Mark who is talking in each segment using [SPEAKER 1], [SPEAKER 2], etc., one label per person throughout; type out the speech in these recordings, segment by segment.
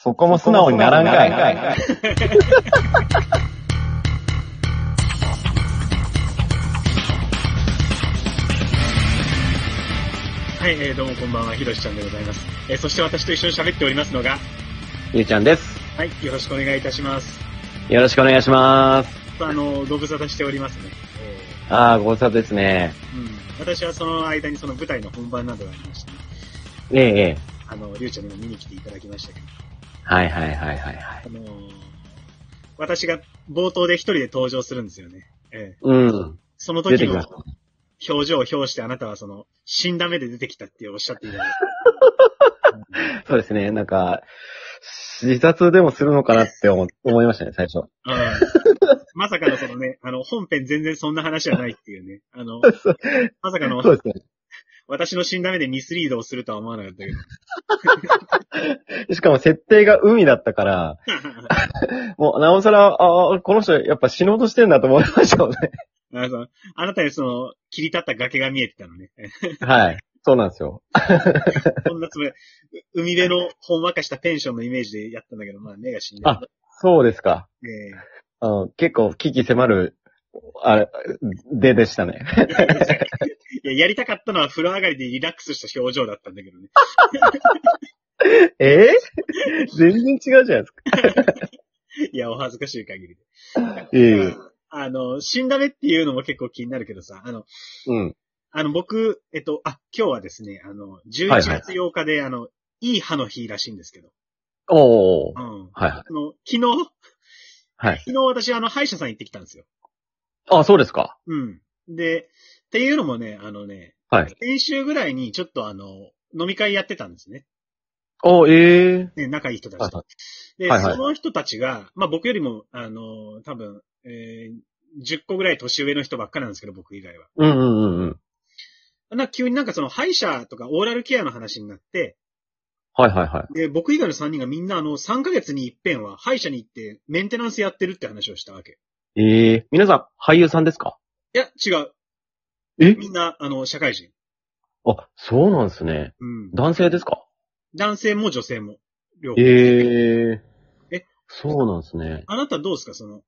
[SPEAKER 1] そこも素直にならんかい。
[SPEAKER 2] はい、えーどうもこんばんは、ひろしちゃんでございます。えーそして私と一緒に喋っておりますのが、
[SPEAKER 1] ゆうちゃんです。
[SPEAKER 2] はい、よろしくお願いいたします。
[SPEAKER 1] よろしくお願いします。
[SPEAKER 2] あの、ご無沙汰しておりますね。え
[SPEAKER 1] ああ、ご無沙汰ですね。
[SPEAKER 2] ーうん、私はその間にその舞台の本番などがありまして、
[SPEAKER 1] ええ、ええ。
[SPEAKER 2] あの、りゅうちゃんにも見に来ていただきましたけど、
[SPEAKER 1] はいはいはいはいはい。
[SPEAKER 2] あのー私が冒頭で一人で登場するんですよね。えー
[SPEAKER 1] うん。
[SPEAKER 2] その
[SPEAKER 1] 出
[SPEAKER 2] 時
[SPEAKER 1] てき
[SPEAKER 2] の
[SPEAKER 1] ました。
[SPEAKER 2] 表情を表してあなたはその、死んだ目で出てきたっておっしゃっていた だい
[SPEAKER 1] そうですね。なんか、自殺でもするのかなって思思いましたね、最初。
[SPEAKER 2] てうんまさかのそのね、あの、本編全然そんな話はないっていうね。あ の、まさかの、
[SPEAKER 1] そうです
[SPEAKER 2] 私の死んだ目でミスリードをするとは思わなかったけど。
[SPEAKER 1] ね。しかも設定が海だった から、もうなおさら、ああ、この人やっぱ死のうとしてんだと思いましたもんね。
[SPEAKER 2] あのあなたにその、切り立った崖が見えてたのね。
[SPEAKER 1] はい。そうなんですよ。
[SPEAKER 2] こんなつもり、う海辺のほんわかしたペンションのイメージでやったんだけど、まあ目が死んでる
[SPEAKER 1] あそうですか。
[SPEAKER 2] え
[SPEAKER 1] あの、結構、危機迫る、あれ、ででしたね。
[SPEAKER 2] えいや、やりたかったのは風呂上がりでリラックスした表情だったんだけどね。
[SPEAKER 1] え ー全然違うじゃないですか。
[SPEAKER 2] いや、お恥ずかしい限りで。
[SPEAKER 1] いえいえ。
[SPEAKER 2] あの、死んだ目っていうのも結構気になるけどさ、あの、
[SPEAKER 1] うん。
[SPEAKER 2] あの、僕、えっと、あ、今日はですね、あの、
[SPEAKER 1] はい
[SPEAKER 2] 11月8日で、あの、いい歯の日らしいんですけど。
[SPEAKER 1] おー
[SPEAKER 2] う。ん。
[SPEAKER 1] はいはい。
[SPEAKER 2] あの、昨日、
[SPEAKER 1] はい。
[SPEAKER 2] 昨日私、あの、歯医者さん行ってきたんですよ。
[SPEAKER 1] あ、そうですか。
[SPEAKER 2] うん。で、っていうのもね、あのね、
[SPEAKER 1] はい。
[SPEAKER 2] 先週ぐらいにちょっとあの、飲み会やってたんですね。
[SPEAKER 1] おええ
[SPEAKER 2] ね、仲いい人たちと。で、
[SPEAKER 1] はいはい
[SPEAKER 2] その人たちが、まあ僕よりも、あの、多分、えー10個ぐらい年上の人ばっかなんですけど、僕以外は。
[SPEAKER 1] うんうんうんうん。
[SPEAKER 2] なんか急になんかその歯医者とかオーラルケアの話になって、
[SPEAKER 1] はいはいはい。
[SPEAKER 2] で、僕以外の3人がみんなあの、3ヶ月に一遍は歯医者に行ってメンテナンスやってるって話をしたわけ。
[SPEAKER 1] ええ皆さん、俳優さんですか
[SPEAKER 2] いや、違う。
[SPEAKER 1] え
[SPEAKER 2] みんな、あの、社会人。
[SPEAKER 1] あ、そうなんですね。
[SPEAKER 2] うん。
[SPEAKER 1] 男性ですか
[SPEAKER 2] 男性も女性も。両方。
[SPEAKER 1] ええ
[SPEAKER 2] え
[SPEAKER 1] そうなんですね。
[SPEAKER 2] あなたどうですかその、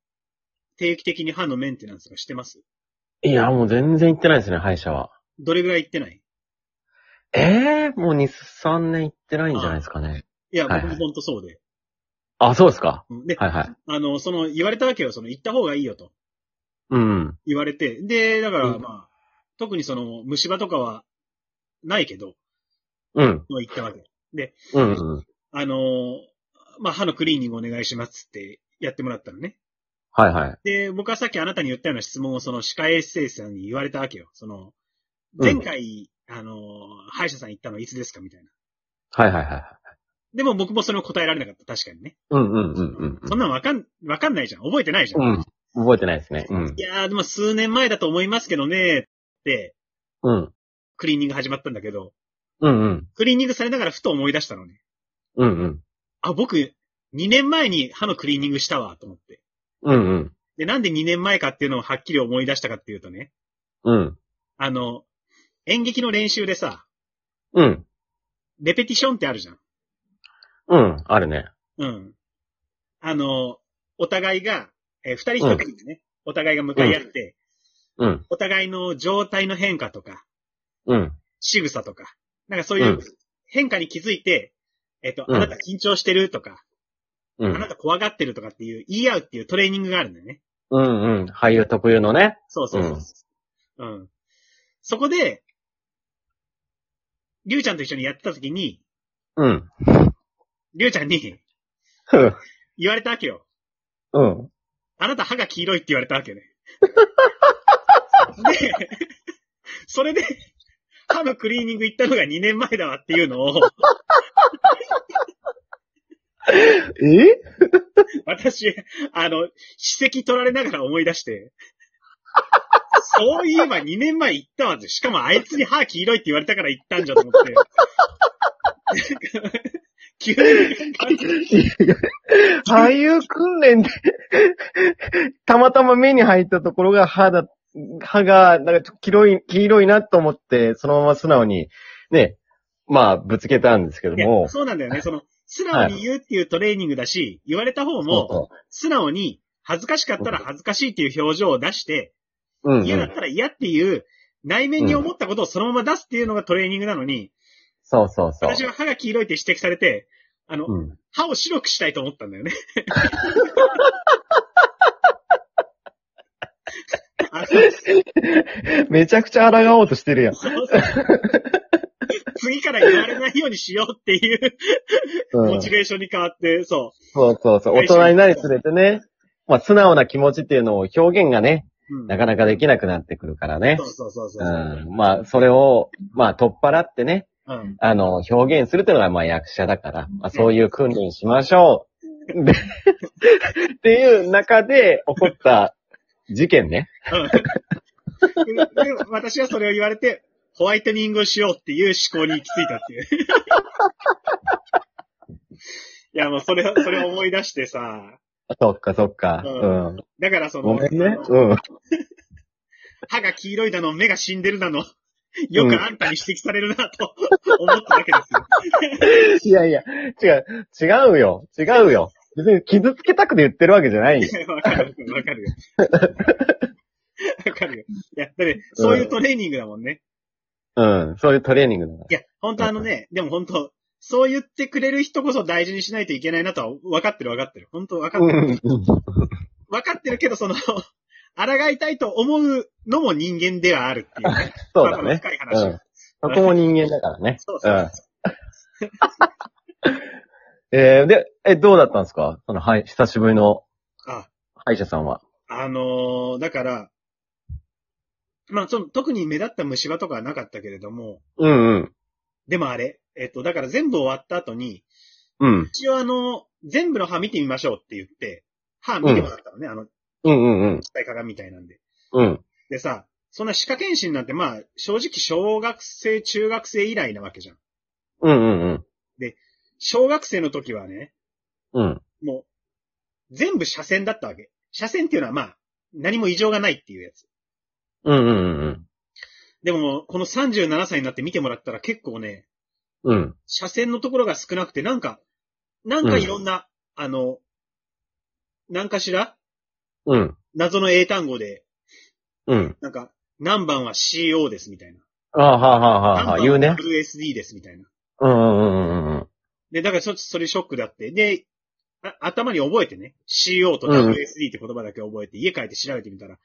[SPEAKER 2] 定期的に歯のメンテナンスとかしてます
[SPEAKER 1] いや、もう全然行ってないですね、歯医者は。
[SPEAKER 2] どれぐらい行ってない
[SPEAKER 1] ええもう2、3年行ってないんじゃないですかね。
[SPEAKER 2] いや、
[SPEAKER 1] はい
[SPEAKER 2] 僕もほんとそうで。
[SPEAKER 1] あ、そうですか。
[SPEAKER 2] うんで、
[SPEAKER 1] はいはい。
[SPEAKER 2] あの、その、言われたわけよ。その、行った方がいいよと
[SPEAKER 1] うん。
[SPEAKER 2] 言われて。で、だから、
[SPEAKER 1] うん
[SPEAKER 2] まあ、特にその、虫歯とかは、ないけど、
[SPEAKER 1] うん。
[SPEAKER 2] もう行ったわけ。
[SPEAKER 1] うんうん。
[SPEAKER 2] あのー、まあ、歯のクリーニングお願いしますって、やってもらったのね。
[SPEAKER 1] はいはい。
[SPEAKER 2] で、僕はさっきあなたに言ったような質問を、その、歯科衛生士さんに言われたわけよ。その、
[SPEAKER 1] うん
[SPEAKER 2] 前回、あのー、歯医者さん行ったのいつですかみたいな。
[SPEAKER 1] はいはいはい。
[SPEAKER 2] でも僕もそれを答えられなかった。確かにね。
[SPEAKER 1] うんうんうんうん
[SPEAKER 2] そんなんわかん、わかんないじゃん。覚えてないじゃん。
[SPEAKER 1] うん。うん。覚えてないですね。うん
[SPEAKER 2] い。やー、でも数年前だと思いますけどね、って、
[SPEAKER 1] うん。
[SPEAKER 2] クリーニング始まったんだけど、
[SPEAKER 1] うんうん。
[SPEAKER 2] クリーニングされながらふと思い出したのね。
[SPEAKER 1] うんうん。
[SPEAKER 2] あ、僕、2年前に歯のクリーニングしたわ、と思って。
[SPEAKER 1] うんうん。
[SPEAKER 2] で、なんで2年前かっていうのをはっきり思い出したかっていうとね、
[SPEAKER 1] うん。
[SPEAKER 2] あの、演劇の練習でさ、
[SPEAKER 1] うん。
[SPEAKER 2] レペティションってあるじゃん。
[SPEAKER 1] うん。あるね。
[SPEAKER 2] うん。あの、お互いが、えー二人一組でね、お互いが向かい合って、
[SPEAKER 1] うん。
[SPEAKER 2] お互いの状態の変化とか、
[SPEAKER 1] うん。
[SPEAKER 2] 仕草とか、なんかそういう
[SPEAKER 1] うん
[SPEAKER 2] 変化に気づいて、えっと、
[SPEAKER 1] うん
[SPEAKER 2] あなた緊張してるとか、
[SPEAKER 1] う。
[SPEAKER 2] あなんた怖がってるとかっていう、言い合うっていうトレーニングがあるんだよね。
[SPEAKER 1] うんうん。俳優特有のね。
[SPEAKER 2] そうそうそう。うん。そこで、りゅうちゃんと一緒にやってた時に、
[SPEAKER 1] うん。
[SPEAKER 2] りゅうちゃんに
[SPEAKER 1] うん
[SPEAKER 2] 言われたわけよ。
[SPEAKER 1] うん。
[SPEAKER 2] あなた歯が黄色いって言われたわけよね。で、それで、歯のクリーニング行ったのが2年前だわっていうのを、
[SPEAKER 1] え
[SPEAKER 2] 私、あの、史跡取られながら思い出して、そういえば2年前行ったわぜ。しかもあいつに歯黄色いって言われたから行ったんじゃと思って。 急に、
[SPEAKER 1] 俳優訓練で、 たまたま目に入ったところが歯だ、歯が、なんか黄色い、黄色いなと思って、そのまま素直に、ね、まあ、ぶつけたんですけど
[SPEAKER 2] いや
[SPEAKER 1] も、
[SPEAKER 2] そうなんだよね。その、素直に言うっていうトレーニングだし、言われた方も、
[SPEAKER 1] そ
[SPEAKER 2] 素直に、恥ずかしかったら恥ずかしいっていう表情を出して、
[SPEAKER 1] うそう、うん、う
[SPEAKER 2] 嫌だっ
[SPEAKER 1] ん。
[SPEAKER 2] たら嫌っていう、内面に思ったことをそのまま出すっていうのがトレーニングなのに、
[SPEAKER 1] そうそうそう。
[SPEAKER 2] 私は歯が黄色いって指摘されて、あの、
[SPEAKER 1] うん。
[SPEAKER 2] 歯を白くしたいと思ったんだ よね。あ の
[SPEAKER 1] めちゃくちゃ抗おうとしてるやん。
[SPEAKER 2] そうそう次から言われないようにしようっていう
[SPEAKER 1] う
[SPEAKER 2] モ
[SPEAKER 1] ん、
[SPEAKER 2] チベーションに変わって、そ
[SPEAKER 1] そうそうそう。大人になりつれてね、まあ素直な気持ちっていうのを表現がね、
[SPEAKER 2] う。うん
[SPEAKER 1] なかなかできなくなってくるからね
[SPEAKER 2] そ。うそうそうそうう。
[SPEAKER 1] ん。まあそれを、まあ取っ払ってね、
[SPEAKER 2] うん
[SPEAKER 1] あの、表現するっていうのがまあ役者だから、まあそういう訓練しましょう。で、 っていう中で起こった事件ね。
[SPEAKER 2] うんでで私はそれを言われて、ホワイトニングをしようっていう思考に行き着いたっていう。い や、もうそれを、それを思い出してさ、
[SPEAKER 1] そっかそっか。
[SPEAKER 2] う
[SPEAKER 1] うんん。
[SPEAKER 2] だからその、
[SPEAKER 1] ごめんね。うん。
[SPEAKER 2] 歯が黄色いだの、目が死んでるだの、よくあんたに指摘されるなと思ったわけですよ。
[SPEAKER 1] いやいや、違う、違うよ。違うよ。別に傷つけたくて言ってるわけじゃないよ。
[SPEAKER 2] いやわかる、わかるよ。わかるよ。いや、だって、そういうトレーニングだもんね。
[SPEAKER 1] うん。そういうトレーニングだから。
[SPEAKER 2] いや、本当あのね、でも本当そう言ってくれる人こそ大事にしないといけないなとは、わかってるわかってる。本当わかって
[SPEAKER 1] う
[SPEAKER 2] る。
[SPEAKER 1] ん。
[SPEAKER 2] わかってるけど、その、抗いたいと思うのも人間ではあるっていうね。
[SPEAKER 1] そうだ
[SPEAKER 2] まあまあ
[SPEAKER 1] ね。
[SPEAKER 2] 深い話。
[SPEAKER 1] うん。そこも人間だからね。
[SPEAKER 2] そうそう
[SPEAKER 1] うんえー、で、え、どうだったんですかその、はい、久しぶりの
[SPEAKER 2] あ、
[SPEAKER 1] 歯医者さんは。
[SPEAKER 2] あのーだから、まあ、その、特に目立った虫歯とかはなかったけれども、
[SPEAKER 1] うんうん。
[SPEAKER 2] でもあれ、えっと、だから全部終わった後に、
[SPEAKER 1] うん。
[SPEAKER 2] 一応あの、全部の歯見てみましょうって言って、歯見てもらったのね、あの、
[SPEAKER 1] うんうんうん。
[SPEAKER 2] 機械鏡みたいなんで。
[SPEAKER 1] うん。
[SPEAKER 2] でさ、そんな歯科検診なんてまあ、正直小学生、中学生以来なわけじゃん。
[SPEAKER 1] うんうんうん。
[SPEAKER 2] 小学生の時はね、
[SPEAKER 1] うん。
[SPEAKER 2] もう、全部車線だったわけ。車線っていうのはまあ、何も異常がないっていうやつ。
[SPEAKER 1] うんうんうん
[SPEAKER 2] でも、この37歳になって見てもらったら結構ね、
[SPEAKER 1] うん。うん。
[SPEAKER 2] 車線のところが少なくて、なんか、なんかいろんな、あの、なんかしら
[SPEAKER 1] うん。
[SPEAKER 2] 謎の英単語で、
[SPEAKER 1] うん。
[SPEAKER 2] なんか、何番は CO ですみたいな。
[SPEAKER 1] ああ、はあはあはあはあ、
[SPEAKER 2] 何
[SPEAKER 1] 言う
[SPEAKER 2] 番
[SPEAKER 1] ね
[SPEAKER 2] は。WSD ですみたいな。
[SPEAKER 1] うんうんうんうんうん。
[SPEAKER 2] で、だからちょっとそれショックだって。で、あ頭に覚えてね、CO と
[SPEAKER 1] うん
[SPEAKER 2] WSD って言葉だけ覚えて、家帰って調べてみたら、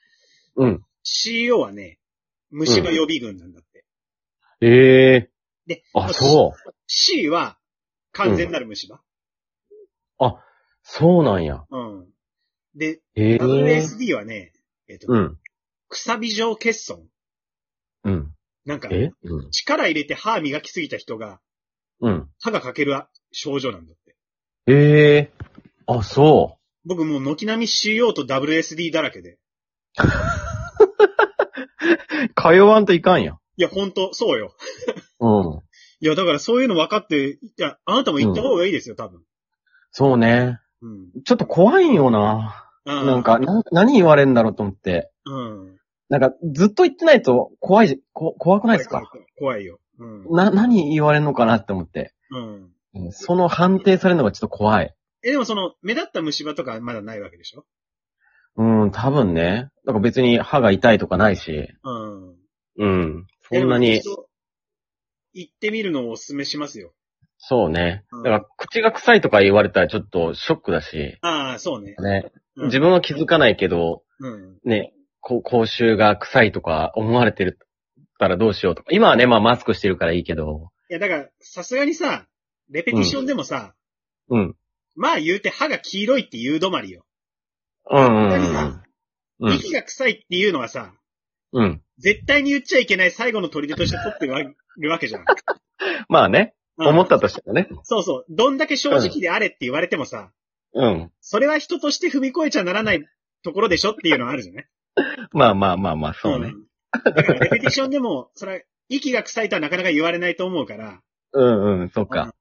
[SPEAKER 1] うん。
[SPEAKER 2] CO はね、虫歯予備軍なんだって。
[SPEAKER 1] ええ
[SPEAKER 2] で
[SPEAKER 1] あ、そう。
[SPEAKER 2] C は、完全なる虫歯。
[SPEAKER 1] そうなんや。
[SPEAKER 2] うん。で、
[SPEAKER 1] ええ
[SPEAKER 2] WSD はね、えっ、と、
[SPEAKER 1] うん。
[SPEAKER 2] くさび状欠損。
[SPEAKER 1] うん。
[SPEAKER 2] なんか、
[SPEAKER 1] えうん。
[SPEAKER 2] 力入れて歯磨きすぎた人が、
[SPEAKER 1] うん。
[SPEAKER 2] 歯が欠ける症状なんだって。
[SPEAKER 1] ええあ、そ
[SPEAKER 2] 僕もう軒並み CO と WSD だらけで。
[SPEAKER 1] う。通わんといかんや。
[SPEAKER 2] いや、ほんと、そうよ。
[SPEAKER 1] うん。
[SPEAKER 2] いや、だからそういうの分かって、いや、あなたも行った方がいいですよ、多分。
[SPEAKER 1] そうね。
[SPEAKER 2] うん。
[SPEAKER 1] ちょっと怖いよな。
[SPEAKER 2] あー
[SPEAKER 1] なんか、、な何言われんだろうと思って。
[SPEAKER 2] うん。
[SPEAKER 1] なんか、ずっと言ってないと怖いじ、こ怖くないですか
[SPEAKER 2] 怖いよ。うん。
[SPEAKER 1] な、何言われんのかなって思って。
[SPEAKER 2] うん。
[SPEAKER 1] うんその判定されるのがちょっと怖い。
[SPEAKER 2] え、でもその、目立った虫歯とかはまだないわけでしょ
[SPEAKER 1] うん、多分ね。なんか別に歯が痛いとかないし。
[SPEAKER 2] うん。
[SPEAKER 1] うん。そんなに
[SPEAKER 2] え。でも。一度行ってみるのをお勧めしますよ。
[SPEAKER 1] そうね。
[SPEAKER 2] う
[SPEAKER 1] だ
[SPEAKER 2] ん
[SPEAKER 1] から、口が臭いとか言われたらちょっとショックだし。
[SPEAKER 2] ああ、そうね。
[SPEAKER 1] ね。
[SPEAKER 2] うん
[SPEAKER 1] 自分は気づかないけど、
[SPEAKER 2] うん。
[SPEAKER 1] ね、こう、口臭が臭いとか思われてるたらどうしようとか。今はね、まあマスクしてるからいいけど。
[SPEAKER 2] いや、だから、さすがにさ、レペティションでもさ、
[SPEAKER 1] うん。
[SPEAKER 2] まあ言うて歯が黄色いっていう止まりよ。
[SPEAKER 1] うんうんうん。うん。
[SPEAKER 2] 息が臭いっていうのはさ、
[SPEAKER 1] うん。
[SPEAKER 2] 絶対に言っちゃいけない最後の砦として取ってるわるわけじゃん。
[SPEAKER 1] まあね、
[SPEAKER 2] う ん
[SPEAKER 1] 思ったとしてもね。
[SPEAKER 2] そうそう。どんだけ正直であれって言われてもさ、
[SPEAKER 1] うん。
[SPEAKER 2] それは人として踏み越えちゃならないところでしょっていうのはあるじゃない
[SPEAKER 1] まあまあまあまあ、そうね。
[SPEAKER 2] ん。だからレペティションでも、それは、息が臭いとはなかなか言われないと思うから、
[SPEAKER 1] うんうん、そっ
[SPEAKER 2] うん
[SPEAKER 1] か。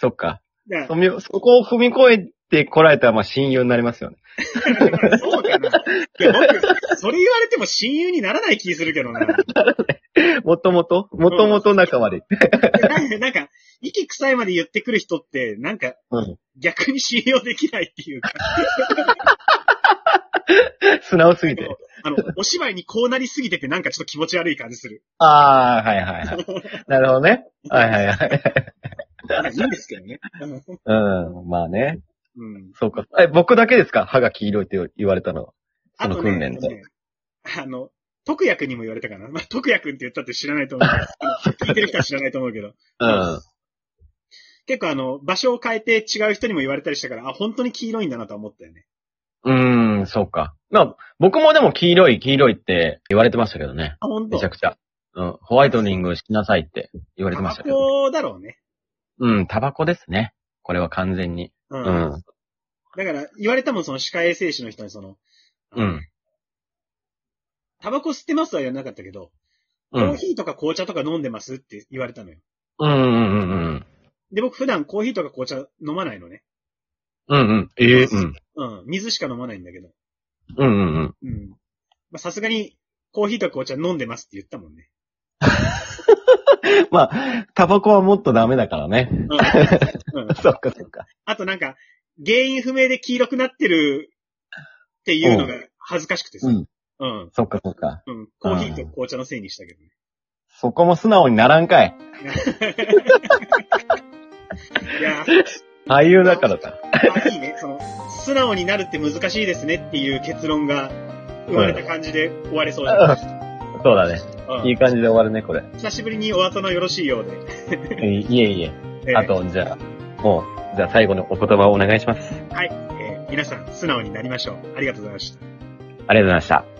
[SPEAKER 1] そっか。
[SPEAKER 2] だか
[SPEAKER 1] そ
[SPEAKER 2] ら
[SPEAKER 1] みそこを踏み越えてこられたら、まあ親友になりますよね。
[SPEAKER 2] そうかな。いや、僕、それ言われても親友にならない気するけどな。
[SPEAKER 1] もともともともと仲悪い。
[SPEAKER 2] なんか、なんか、息臭いまで言ってくる人って、なんか、
[SPEAKER 1] うん。
[SPEAKER 2] 逆に信用できないっていうか、
[SPEAKER 1] 素直すぎて。
[SPEAKER 2] あの、お芝居にこうなりすぎててなんかちょっと気持ち悪い感じする。
[SPEAKER 1] ああ、はいはい はい。なるほどね。はいはいはい。
[SPEAKER 2] まあいいんですけどね。
[SPEAKER 1] うん。まあね。
[SPEAKER 2] うん。
[SPEAKER 1] そうか。え、僕だけですか歯が黄色いって言われたのは。そ
[SPEAKER 2] あ
[SPEAKER 1] の
[SPEAKER 2] と
[SPEAKER 1] 訓
[SPEAKER 2] ね、
[SPEAKER 1] 練で。
[SPEAKER 2] あの、徳也くんにも言われたかな。まあ、徳也くんって言ったって知らないと思うけど。聞いて る人は知らないと思うけど。
[SPEAKER 1] うん。
[SPEAKER 2] 結構あの、場所を変えて違う人にも言われたりしたから、あ、本当に黄色いんだなとは思ったよね。
[SPEAKER 1] うーん、そうか。まあ、僕もでも黄色い、黄色いって言われてましたけどね。
[SPEAKER 2] あ、本当
[SPEAKER 1] めちゃくちゃ。うん。ホワイトニングしなさいって言われてました
[SPEAKER 2] タ
[SPEAKER 1] け
[SPEAKER 2] バ
[SPEAKER 1] ど。
[SPEAKER 2] コだろうね。
[SPEAKER 1] うん、タバコですね。これは完全に。
[SPEAKER 2] う。
[SPEAKER 1] うんん。
[SPEAKER 2] だから、言われたもん、その歯科衛生士の人にその、
[SPEAKER 1] うん。
[SPEAKER 2] タバコ吸ってますは言わなかったけど、
[SPEAKER 1] う
[SPEAKER 2] コー
[SPEAKER 1] ん。
[SPEAKER 2] ヒーとか紅茶とか飲んでますって言われたのよ。
[SPEAKER 1] うんうんうんうん。
[SPEAKER 2] で、僕普段コーヒーとか紅茶飲まないのね。
[SPEAKER 1] うんうん。ええうん。
[SPEAKER 2] うん。水しか飲まないんだけど。
[SPEAKER 1] うんうんうん。
[SPEAKER 2] うん。まあ、さすがに、コーヒーとか紅茶飲んでますって言ったもんね。
[SPEAKER 1] まあ、タバコはもっとダメだからね。
[SPEAKER 2] うん。 うん、
[SPEAKER 1] そっかそっか。
[SPEAKER 2] あとなんか、原因不明で黄色くなってるっていうのが恥ずかしくてさ。
[SPEAKER 1] う
[SPEAKER 2] うんん。うん。
[SPEAKER 1] そっかそっか。
[SPEAKER 2] コーヒーと紅茶のせいにしたけどね。
[SPEAKER 1] そこも素直にならんかい。
[SPEAKER 2] いや
[SPEAKER 1] 俳優だからさ。
[SPEAKER 2] ー、あいいね。その、素直になるって難しいですねっていう結論が生まれた感じで終われそうだ、
[SPEAKER 1] そうだね。
[SPEAKER 2] うん
[SPEAKER 1] いい感じで終わるね、これ。
[SPEAKER 2] 久しぶりにお後のよろしいようで。
[SPEAKER 1] いいえいえ。
[SPEAKER 2] えー
[SPEAKER 1] あと、じゃあ、もう、じゃあ最後のお言葉をお願いします。
[SPEAKER 2] はい、えー皆さん素直になりましょう。ありがとうございました。
[SPEAKER 1] ありがとうございました。